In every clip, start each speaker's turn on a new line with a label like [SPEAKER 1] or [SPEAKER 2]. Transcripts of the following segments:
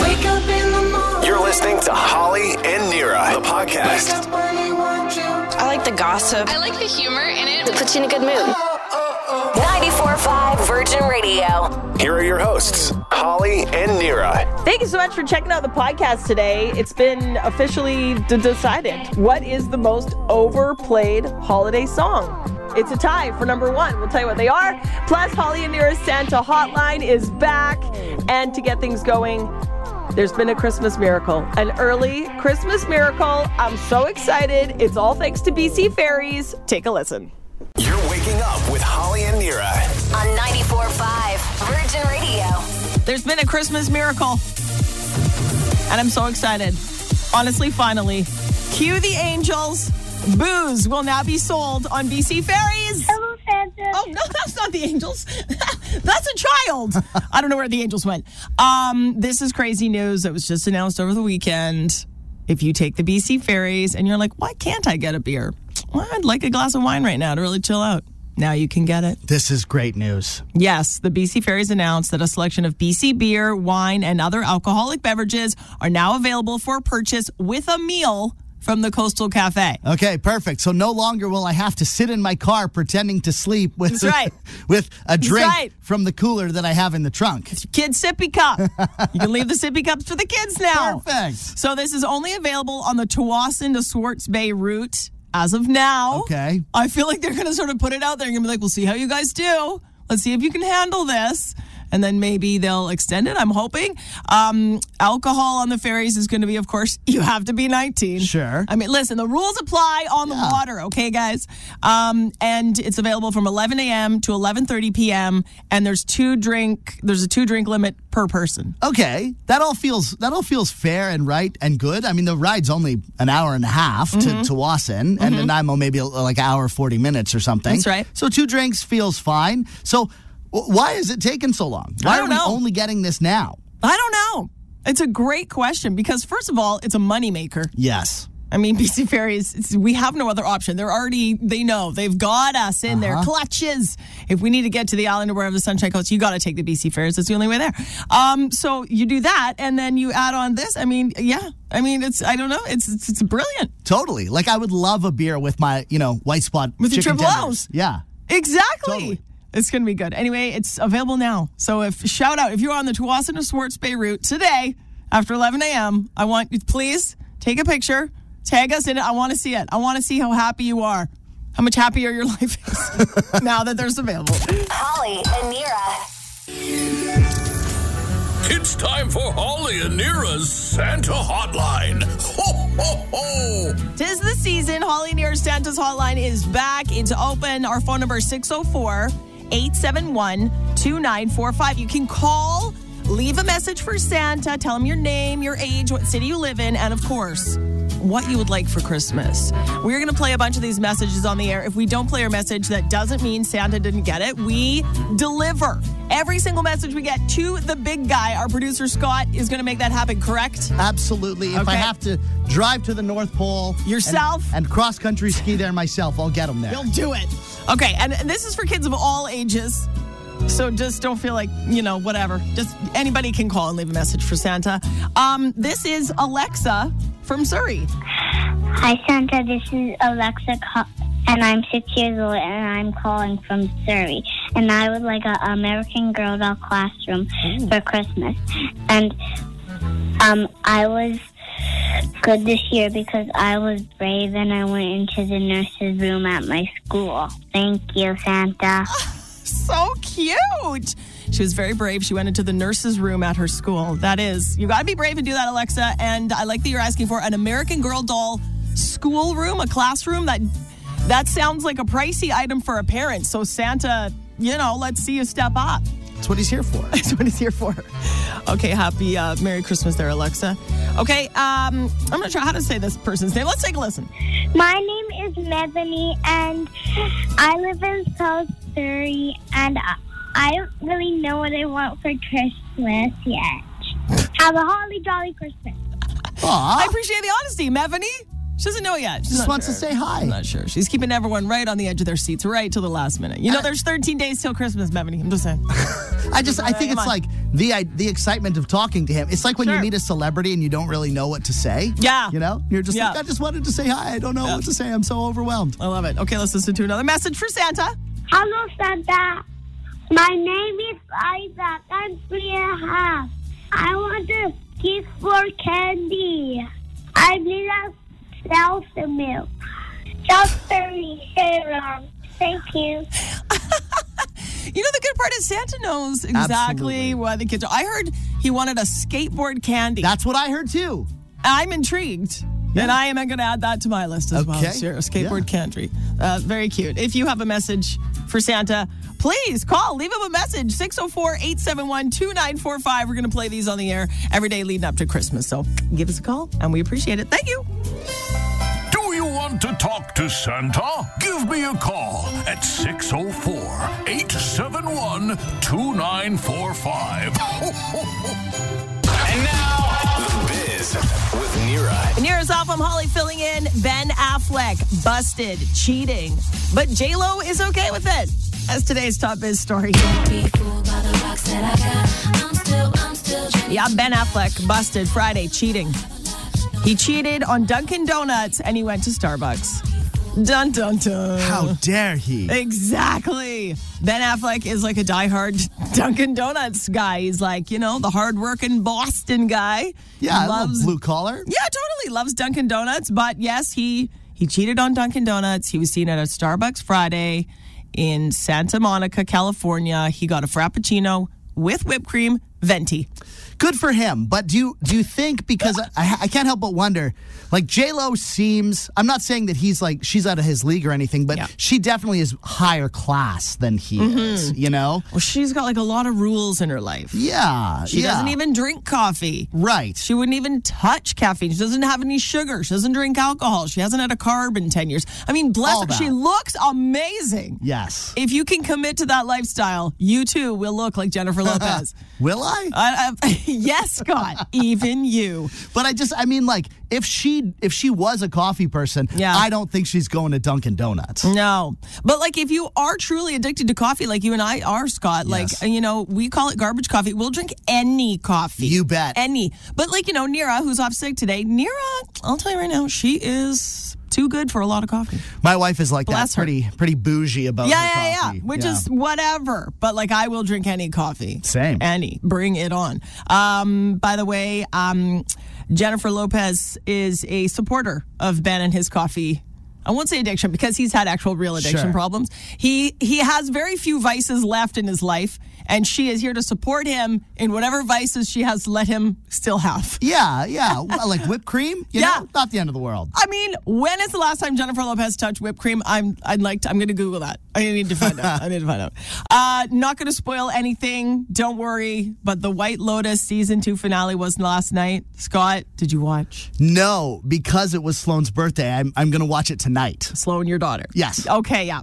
[SPEAKER 1] Wake up in the morning.
[SPEAKER 2] You're listening to Holly and Nira, the
[SPEAKER 1] Wake
[SPEAKER 2] podcast.
[SPEAKER 1] up when you want you.
[SPEAKER 3] I like the gossip.
[SPEAKER 4] I like the humor in it.
[SPEAKER 5] puts you in a good mood.
[SPEAKER 6] 94.5 Virgin Radio.
[SPEAKER 2] Here are your hosts, Holly and Nira.
[SPEAKER 7] Thank you so much for checking out the podcast today. It's been officially d- decided. What is the most overplayed holiday song? It's a tie for number one. We'll tell you what they are. Plus, Holly and Nearest Santa Hotline is back. And to get things going, there's been a Christmas miracle, an early Christmas miracle. I'm so excited. It's all thanks to BC Fairies. Take a listen.
[SPEAKER 2] You're waking up with Holly and Nira.
[SPEAKER 6] On 94.5 Virgin Radio.
[SPEAKER 7] There's been a Christmas miracle. And I'm so excited. Honestly, finally. Cue the angels. Booze will now be sold on BC Ferries. Hello, Santa. Oh, no, that's not the angels. that's a child. I don't know where the angels went. Um, this is crazy news that was just announced over the weekend. If you take the BC Ferries and you're like, why can't I get a beer? Well, I'd like a glass of wine right now to really chill out. Now you can get it.
[SPEAKER 8] This is great news.
[SPEAKER 7] Yes, the BC Ferries announced that a selection of BC beer, wine, and other alcoholic beverages are now available for purchase with a meal from the Coastal Cafe.
[SPEAKER 8] Okay, perfect. So no longer will I have to sit in my car pretending to sleep with
[SPEAKER 7] That's right.
[SPEAKER 8] with a drink
[SPEAKER 7] right.
[SPEAKER 8] from the cooler that I have in the trunk.
[SPEAKER 7] Kid sippy cup. you can leave the sippy cups for the kids now.
[SPEAKER 8] Perfect.
[SPEAKER 7] So this is only available on the Tawasin to Swartz Bay route as of now.
[SPEAKER 8] Okay.
[SPEAKER 7] I feel like they're going to sort of put it out there and be like, we'll see how you guys do. Let's see if you can handle this. And then maybe they'll extend it. I'm hoping. Um, alcohol on the ferries is going to be, of course, you have to be 19.
[SPEAKER 8] Sure.
[SPEAKER 7] I mean, listen, the rules apply on the water, okay, guys? Um, and it's available from 11 a.m. to 11:30 p.m. And there's two drink. There's a two drink limit per person.
[SPEAKER 8] Okay, that all feels that all feels fair and right and good. I mean, the ride's only an hour and a half
[SPEAKER 7] Mm-hmm.
[SPEAKER 8] to, to Wasson, and Nanaimo maybe like an hour forty minutes or something.
[SPEAKER 7] That's right.
[SPEAKER 8] So two drinks feels fine. So wh- why is it taking so long? Why
[SPEAKER 7] don't
[SPEAKER 8] are we
[SPEAKER 7] know.
[SPEAKER 8] only getting this now?
[SPEAKER 7] I don't know. It's a great question because first of all, it's a moneymaker.
[SPEAKER 8] Yes.
[SPEAKER 7] I mean, BC Ferries, it's, we have no other option. They're already, they know, they've got us in their clutches. If we need to get to the island or wherever the Sunshine Coast, you got to take the BC Ferries. That's the only way there. Um, so you do that, and then you add on this. I mean, yeah. I mean, it's, I don't know, it's, it's, it's brilliant.
[SPEAKER 8] Totally. Like I would love a beer with my, you know, white spot
[SPEAKER 7] With your
[SPEAKER 8] chicken
[SPEAKER 7] triple O's.
[SPEAKER 8] tenders. Yeah.
[SPEAKER 7] Exactly.
[SPEAKER 8] Totally.
[SPEAKER 7] It's going to be good. Anyway, it's available now. So if shout out if you're on the Tawasin to Swartz Bay route today after 11 a.m., I want you please take a picture, tag us in it. I want to see it. I want to see how happy you are, how much happier your life is now that there's available.
[SPEAKER 6] Holly and Nira.
[SPEAKER 9] It's time for Holly and Nira's Santa Hotline. Ho, ho, ho!
[SPEAKER 7] Tis the season. Holly Near Santa's hotline is back. It's open. Our phone number is 604 871 2945. You can call, leave a message for Santa, tell him your name, your age, what city you live in, and of course, what you would like for Christmas. We're going to play a bunch of these messages on the air. If we don't play your message, that doesn't mean Santa didn't get it. We deliver every single message we get to the big guy. Our producer, Scott, is going to make that happen, correct?
[SPEAKER 8] Absolutely. If I
[SPEAKER 7] Okay.
[SPEAKER 8] have to drive to the North Pole and-
[SPEAKER 7] Yourself?
[SPEAKER 8] and, cross country ski there myself, I'll get them there.
[SPEAKER 7] You'll do it. Okay, and and this is for kids of all ages. So just don't feel like, you know, whatever. Just anybody can call and leave a message for Santa. Um, this is Alexa from Surrey.
[SPEAKER 10] Hi, Santa. This is Alexa, Ca- and I'm six years old, and I'm calling from Surrey. And I would like an American Girl doll classroom for Christmas. And um, I was good this year because I was brave and I went into the nurse's room at my school. Thank you, Santa.
[SPEAKER 7] So cute. She was very brave. She went into the nurse's room at her school. That is, you got to be brave and do that, Alexa. And I like that you're asking for an American Girl doll schoolroom, a classroom. That that sounds like a pricey item for a parent. So Santa, you know, let's see you step up.
[SPEAKER 8] That's what he's here for.
[SPEAKER 7] That's what it's here for. Okay, happy uh, Merry Christmas there, Alexa. Okay, um, I'm gonna try how to say this person's name. Let's take a listen.
[SPEAKER 10] My name is Mebony, and I live in South Surrey, and I- I don't really know what I want for Christmas yet. Have a holly jolly Christmas.
[SPEAKER 7] I
[SPEAKER 8] Aw,
[SPEAKER 7] appreciate the honesty, Mevany. She doesn't know yet. She
[SPEAKER 8] Oh. just wants to say hi.
[SPEAKER 7] I'm not sure. She's keeping everyone right on the edge of their
[SPEAKER 8] Uh,
[SPEAKER 7] seats, right till the last minute. You know, there's 13 days till Christmas, Mevany. I'm just saying.
[SPEAKER 8] I just, I think
[SPEAKER 7] Come
[SPEAKER 8] it's
[SPEAKER 7] on.
[SPEAKER 8] like the i- the excitement of talking to him. It's like when
[SPEAKER 7] Sure.
[SPEAKER 8] you meet a celebrity and you don't really know what to say.
[SPEAKER 7] Yeah.
[SPEAKER 8] you know, you're just like,
[SPEAKER 7] Yeah.
[SPEAKER 8] I just wanted to say hi. I don't know
[SPEAKER 7] Yeah.
[SPEAKER 8] what to say. I'm so overwhelmed.
[SPEAKER 7] I love it. Okay, let's listen to another message for Santa.
[SPEAKER 10] Hello, Santa. My name is Isaac. I'm three and a half. I want a gift for candy. I need a seltzer milk. Seltzer serum. Thank you.
[SPEAKER 7] You know, the good part is Santa knows exactly
[SPEAKER 8] Absolutely.
[SPEAKER 7] what the kids are. I heard he wanted a skateboard candy.
[SPEAKER 8] That's what I heard too.
[SPEAKER 7] I'm intrigued.
[SPEAKER 8] Yeah.
[SPEAKER 7] And I am going to add that to my list as well.
[SPEAKER 8] Okay.
[SPEAKER 7] Sure, skateboard
[SPEAKER 8] Yeah.
[SPEAKER 7] country. Uh, very cute. If you have a message for Santa, please call, leave him a message 604 871 2945. We're going to play these on the air every day leading up to Christmas. So give us a call and we appreciate it. Thank you.
[SPEAKER 9] Do you want to talk to Santa? Give me a call at 604 871 2945.
[SPEAKER 2] And now, The Biz with Nira.
[SPEAKER 7] Nearest off, I'm Holly filling in. Ben Affleck busted cheating, but J Lo is okay with it. That's today's top biz story. Yeah, Ben Affleck busted Friday cheating. He cheated on Dunkin' Donuts and he went to Starbucks. Dun dun dun.
[SPEAKER 8] How dare he?
[SPEAKER 7] Exactly. Ben Affleck is like a diehard Dunkin' Donuts guy. He's like, you know, the hardworking Boston guy.
[SPEAKER 8] yeah, I love
[SPEAKER 7] loves
[SPEAKER 8] blue collar.
[SPEAKER 7] yeah, totally loves Dunkin' Donuts, but yes, he he cheated on Dunkin' Donuts. He was seen at a Starbucks Friday in Santa Monica, California. He got a frappuccino with whipped cream, venti.
[SPEAKER 8] good for him. But do you do you think because I, I can't help but wonder, like J Lo seems. I'm not saying that he's like she's out of his league or anything, but
[SPEAKER 7] Yeah. Mm-hmm.
[SPEAKER 8] she definitely is higher class than he is. You know?
[SPEAKER 7] Well, she's got like a lot of rules in her life.
[SPEAKER 8] Yeah.
[SPEAKER 7] She
[SPEAKER 8] yeah.
[SPEAKER 7] doesn't even drink coffee.
[SPEAKER 8] Right.
[SPEAKER 7] She wouldn't even touch caffeine. She doesn't have any sugar. She doesn't drink alcohol. She hasn't had a carb in 10 years. I mean, bless
[SPEAKER 8] All
[SPEAKER 7] her. She
[SPEAKER 8] that.
[SPEAKER 7] looks amazing.
[SPEAKER 8] yes.
[SPEAKER 7] If you can commit to that lifestyle, you too will look like Jennifer Lopez.
[SPEAKER 8] Will I?
[SPEAKER 7] I, I, yes, Scott, even you.
[SPEAKER 8] But I just, I mean, like, if she if she was a coffee person,
[SPEAKER 7] Yeah.
[SPEAKER 8] I don't think she's going to Dunkin' Donuts.
[SPEAKER 7] No. But like if you are truly addicted to coffee, like you and I are, Scott,
[SPEAKER 8] Yes.
[SPEAKER 7] like, you know, we call it garbage coffee. We'll drink any coffee.
[SPEAKER 8] You bet.
[SPEAKER 7] Any. But like, you know, Nira, who's off sick today, Nira, I'll tell you right now, she is too good for a lot of coffee.
[SPEAKER 8] My wife is like
[SPEAKER 7] Bless
[SPEAKER 8] that,
[SPEAKER 7] her.
[SPEAKER 8] pretty pretty bougie about
[SPEAKER 7] Yeah,
[SPEAKER 8] her
[SPEAKER 7] yeah,
[SPEAKER 8] coffee.
[SPEAKER 7] yeah. Which is whatever. But like, I will drink any coffee.
[SPEAKER 8] Same.
[SPEAKER 7] Any. Bring it on. Um, by the way, um, Jennifer Lopez is a supporter of Ben and his coffee. I won't say addiction because he's had actual real addiction
[SPEAKER 8] Sure.
[SPEAKER 7] problems. He he has very few vices left in his life, and she is here to support him in whatever vices she has let him still have.
[SPEAKER 8] yeah, yeah. Well, like whipped cream, you
[SPEAKER 7] Yeah.
[SPEAKER 8] know, not the end of the world.
[SPEAKER 7] I mean, when is the last time Jennifer Lopez touched whipped cream? I'm I'd like to, I'm going to Google that. I need to find out. I need to find out. Uh, not going to spoil anything. Don't worry. But the White Lotus season two finale was last night. Scott, did you watch?
[SPEAKER 8] No, because it was Sloane's birthday, I'm, I'm going to watch it tonight.
[SPEAKER 7] Sloan, your daughter.
[SPEAKER 8] Yes.
[SPEAKER 7] Okay. Yeah.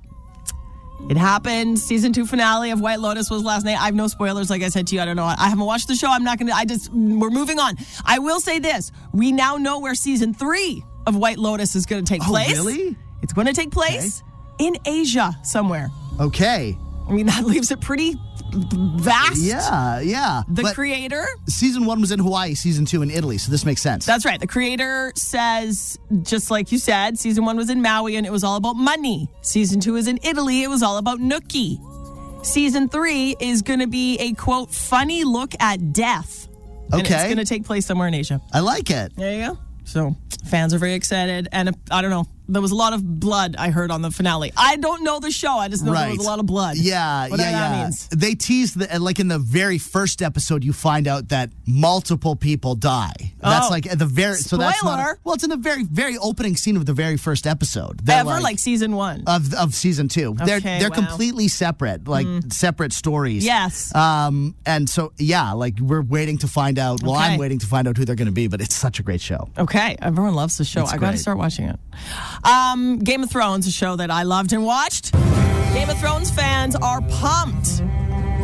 [SPEAKER 7] It happened. Season two finale of White Lotus was last night. I have no spoilers, like I said to you. I don't know. I haven't watched the show. I'm not gonna. I just we're moving on. I will say this: we now know where season three of White Lotus is gonna take
[SPEAKER 8] Oh,
[SPEAKER 7] place.
[SPEAKER 8] really?
[SPEAKER 7] It's gonna take place in Asia somewhere.
[SPEAKER 8] Okay.
[SPEAKER 7] I mean, that leaves it pretty vast.
[SPEAKER 8] Yeah, yeah.
[SPEAKER 7] The
[SPEAKER 8] but
[SPEAKER 7] creator.
[SPEAKER 8] season one was in Hawaii, season two in Italy, so this makes sense.
[SPEAKER 7] That's right. The creator says, just like you said, season one was in Maui and it was all about money. Season two is in Italy. It was all about Nookie. Season three is going to be a quote, funny look at death. And it's
[SPEAKER 8] Okay.
[SPEAKER 7] going to take place somewhere in Asia.
[SPEAKER 8] I like it.
[SPEAKER 7] There you go. So fans are very excited. And uh, I don't know. There was a lot of blood I heard on the finale. I don't know the show. I just know there
[SPEAKER 8] Right.
[SPEAKER 7] was a lot of blood.
[SPEAKER 8] Yeah,
[SPEAKER 7] Whatever
[SPEAKER 8] yeah,
[SPEAKER 7] that
[SPEAKER 8] yeah.
[SPEAKER 7] means.
[SPEAKER 8] They tease the and, like in the very first episode, you find out that multiple people die. That's
[SPEAKER 7] Oh.
[SPEAKER 8] like at the very so that's not
[SPEAKER 7] Spoiler.
[SPEAKER 8] well, it's in the very very opening scene of the very first episode. They're,
[SPEAKER 7] Ever like, season one.
[SPEAKER 8] of of season two. they're
[SPEAKER 7] Okay,
[SPEAKER 8] they're
[SPEAKER 7] wow. Mm.
[SPEAKER 8] completely separate, like separate stories.
[SPEAKER 7] Yes.
[SPEAKER 8] Um. And so yeah, like we're waiting to find out. Well,
[SPEAKER 7] Okay.
[SPEAKER 8] I'm waiting to find out who they're going to be, but it's such a great show.
[SPEAKER 7] Okay, everyone loves the show. I got to
[SPEAKER 8] great.
[SPEAKER 7] start watching it. Um, Game of Thrones, a show that I loved and watched. Game of Thrones fans are pumped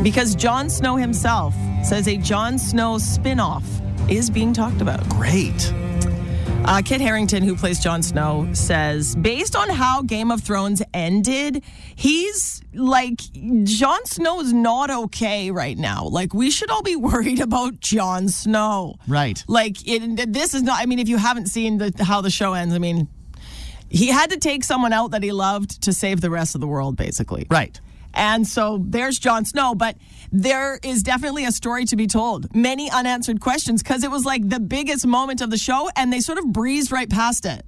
[SPEAKER 7] because Jon Snow himself says a Jon Snow spin-off is being talked about.
[SPEAKER 8] Great.
[SPEAKER 7] Uh, Kit Harrington, who plays Jon Snow, says based on how Game of Thrones ended, he's like Jon Snow is not okay right now. Like we should all be worried about Jon Snow.
[SPEAKER 8] Right.
[SPEAKER 7] Like it, this is not. I mean, if you haven't seen the how the show ends, I mean, he had to take someone out that he loved to save the rest of the world, basically.
[SPEAKER 8] Right.
[SPEAKER 7] And so there's Jon Snow, but there is definitely a story to be told. Many unanswered questions because it was like the biggest moment of the show and they sort of breezed right past it.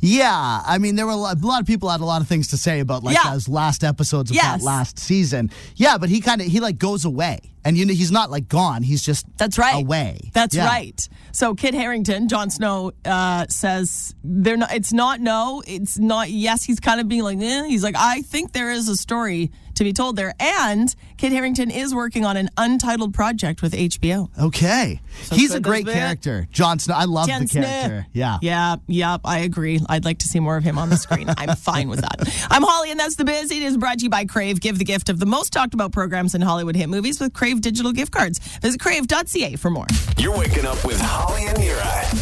[SPEAKER 8] Yeah, I mean, there were a lot, a lot of people had a lot of things to say about like
[SPEAKER 7] Yeah.
[SPEAKER 8] those last episodes of
[SPEAKER 7] Yes.
[SPEAKER 8] that last season. Yeah, but he kind of he like goes away, and you know he's not like gone. He's just
[SPEAKER 7] That's right.
[SPEAKER 8] away.
[SPEAKER 7] That's
[SPEAKER 8] Yeah.
[SPEAKER 7] right. So Kit Harrington, Jon Snow, uh, says they're not. It's not no. It's not yes. He's kind of being like, eh. he's like, I think there is a story to be told there. And Kit Harrington is working on an untitled project with HBO.
[SPEAKER 8] Okay, he's
[SPEAKER 7] so does
[SPEAKER 8] a great
[SPEAKER 7] the-
[SPEAKER 8] character, Jon Snow. I love
[SPEAKER 7] Jon
[SPEAKER 8] the
[SPEAKER 7] Snow.
[SPEAKER 8] character. Yeah,
[SPEAKER 7] Yeah, yeah, I agree. I'd like to see more of him on the screen. I'm fine with that. I'm Holly, and that's The Biz. It is brought to you by Crave. Give the gift of the most talked about programs in Hollywood hit movies with Crave digital gift cards. Visit crave.ca for more.
[SPEAKER 2] You're waking up with Holly and Nira.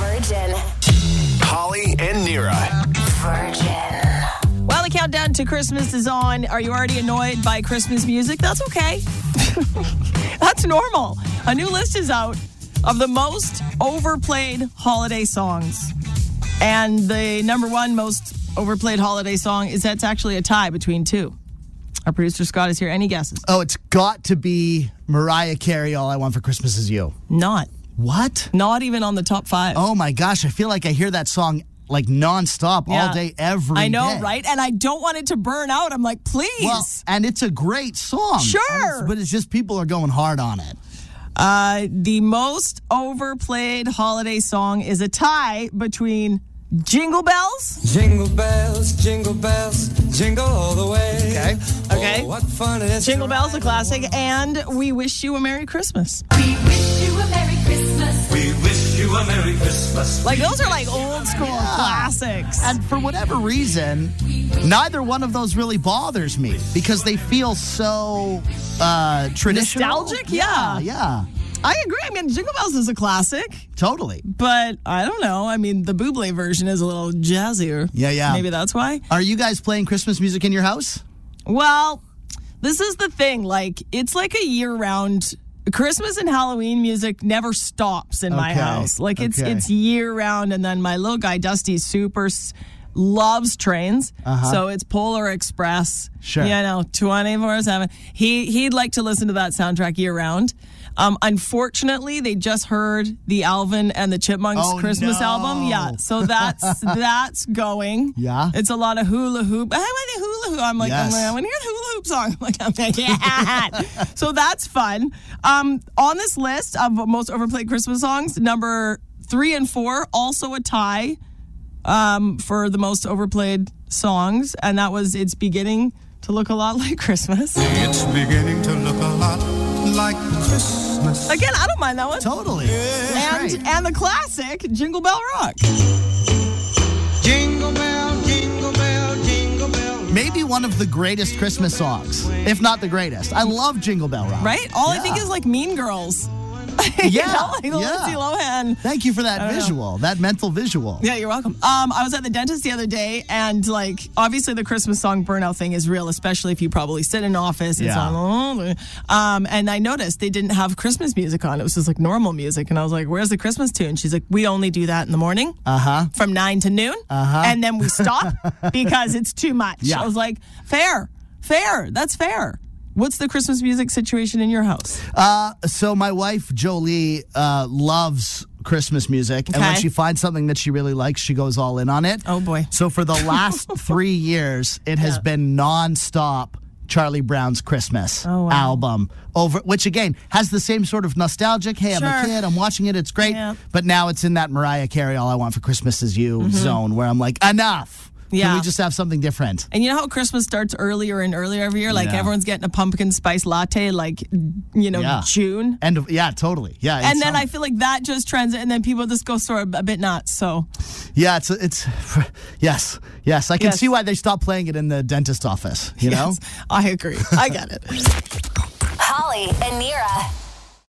[SPEAKER 6] Virgin.
[SPEAKER 2] Holly and Nira.
[SPEAKER 6] Virgin.
[SPEAKER 7] Well, the countdown to Christmas is on. Are you already annoyed by Christmas music? That's okay. That's normal. A new list is out of the most overplayed holiday songs. And the number one most overplayed holiday song is that's actually a tie between two. Our producer Scott is here. Any guesses?
[SPEAKER 8] Oh, it's got to be Mariah Carey. All I want for Christmas is you.
[SPEAKER 7] Not.
[SPEAKER 8] What?
[SPEAKER 7] Not even on the top five.
[SPEAKER 8] Oh my gosh, I feel like I hear that song like nonstop
[SPEAKER 7] Yeah.
[SPEAKER 8] all day, every day.
[SPEAKER 7] I know, right? And I don't want it to burn out. I'm like, please.
[SPEAKER 8] Well, and it's a great song.
[SPEAKER 7] Sure.
[SPEAKER 8] And it's- but it's just people are going hard on it.
[SPEAKER 7] Uh, the most overplayed holiday song is a tie between Jingle Bells.
[SPEAKER 3] Jingle bells, jingle bells, jingle all the way.
[SPEAKER 8] Okay.
[SPEAKER 7] Okay.
[SPEAKER 3] Oh, what fun it is. to
[SPEAKER 7] Jingle Bells, a
[SPEAKER 3] ride
[SPEAKER 7] classic, and We Wish You a Merry Christmas.
[SPEAKER 4] We wish you a Merry Christmas.
[SPEAKER 5] We wish you a Merry Christmas.
[SPEAKER 7] Like, those are like old school classics.
[SPEAKER 8] And for whatever reason, neither one of those really bothers me because they feel so uh, traditional.
[SPEAKER 7] Nostalgic? Yeah.
[SPEAKER 8] Yeah,
[SPEAKER 7] I agree. I mean, Jingle Bells is a classic,
[SPEAKER 8] totally.
[SPEAKER 7] but I don't know. I mean, the Buble version is a little jazzier.
[SPEAKER 8] Yeah, yeah.
[SPEAKER 7] Maybe that's why.
[SPEAKER 8] Are you guys playing Christmas music in your house?
[SPEAKER 7] Well, this is the thing. Like, it's like a year round. Christmas and Halloween music never stops in my
[SPEAKER 8] Okay.
[SPEAKER 7] house. Like it's
[SPEAKER 8] Okay.
[SPEAKER 7] it's year round, and then my little guy Dusty super s- loves trains, so it's Polar Express.
[SPEAKER 8] Uh-huh. Sure.
[SPEAKER 7] you know, twenty four seven. He he'd like to listen to that soundtrack year round. Um, unfortunately, they just heard the Alvin and the Chipmunks
[SPEAKER 8] Oh,
[SPEAKER 7] Christmas
[SPEAKER 8] no.
[SPEAKER 7] album. Yeah, so that's that's going.
[SPEAKER 8] Yeah.
[SPEAKER 7] it's a lot of hula hoop. I want the hula hoop. I'm like, I'm
[SPEAKER 8] Yes.
[SPEAKER 7] like, I want to hear the hula hoop song. I'm like, I'm like, yeah. so that's fun. Um, on this list of most overplayed Christmas songs, number three and four also a tie um, for the most overplayed songs, and that was "It's Beginning to Look a Lot Like Christmas."
[SPEAKER 3] It's beginning to look a lot like Christmas.
[SPEAKER 7] Again, I don't mind that one.
[SPEAKER 8] Totally.
[SPEAKER 7] And
[SPEAKER 8] Great.
[SPEAKER 7] and the classic "Jingle Bell Rock."
[SPEAKER 3] Jingle bell, jingle bell, jingle bell.
[SPEAKER 8] Maybe one of the greatest Christmas songs, if not the greatest. I love Jingle Bell Rock.
[SPEAKER 7] Right? All I think
[SPEAKER 8] Yeah.
[SPEAKER 7] is like Mean Girls.
[SPEAKER 8] Yeah,
[SPEAKER 7] you know, like
[SPEAKER 8] yeah.
[SPEAKER 7] Lindsay Lohan.
[SPEAKER 8] Thank you for that visual, that mental visual.
[SPEAKER 7] Yeah, you're welcome. Um, I was at the dentist the other day, and like obviously the Christmas song burnout thing is real, especially if you probably sit in office. It's
[SPEAKER 8] Yeah.
[SPEAKER 7] on, um, and I noticed they didn't have Christmas music on. It was just like normal music, and I was like, "Where's the Christmas tune?" She's like, "We only do that in the morning, uh
[SPEAKER 8] Uh-huh.
[SPEAKER 7] huh, from nine to noon, uh huh, and then we stop because it's too much."
[SPEAKER 8] Yeah.
[SPEAKER 7] I was like, "Fair, fair, that's fair." What's the Christmas music situation in your house?
[SPEAKER 8] Uh, so my wife Jolie uh, loves Christmas music, and when
[SPEAKER 7] Okay.
[SPEAKER 8] she finds something that she really likes, she goes all in on it.
[SPEAKER 7] Oh, boy.
[SPEAKER 8] So for the last three years, it has been nonstop. Charlie Brown's Christmas
[SPEAKER 7] Oh, wow.
[SPEAKER 8] album over which again has the same sort of nostalgic hey I'm
[SPEAKER 7] Sure.
[SPEAKER 8] a kid I'm watching it it's great
[SPEAKER 7] Yeah.
[SPEAKER 8] but now it's in that Mariah Carey all I want for Christmas is you zone where I'm like enough can
[SPEAKER 7] Mm-hmm. Yeah.
[SPEAKER 8] we just have something different
[SPEAKER 7] And you know how Christmas starts earlier and earlier every year? Like
[SPEAKER 8] Yeah.
[SPEAKER 7] everyone's getting a pumpkin spice latte, like, you know,
[SPEAKER 8] Yeah.
[SPEAKER 7] June.
[SPEAKER 8] and yeah totally yeah
[SPEAKER 7] And
[SPEAKER 8] it's
[SPEAKER 7] then
[SPEAKER 8] on-
[SPEAKER 7] I feel like that just trends, and then people just go sort of a bit nuts. So,
[SPEAKER 8] Yeah, it's it's yes, yes. I can
[SPEAKER 7] Yes.
[SPEAKER 8] see why they stopped playing it in the dentist office. You know,
[SPEAKER 7] yes, I agree. I get it.
[SPEAKER 6] Holly and Nira.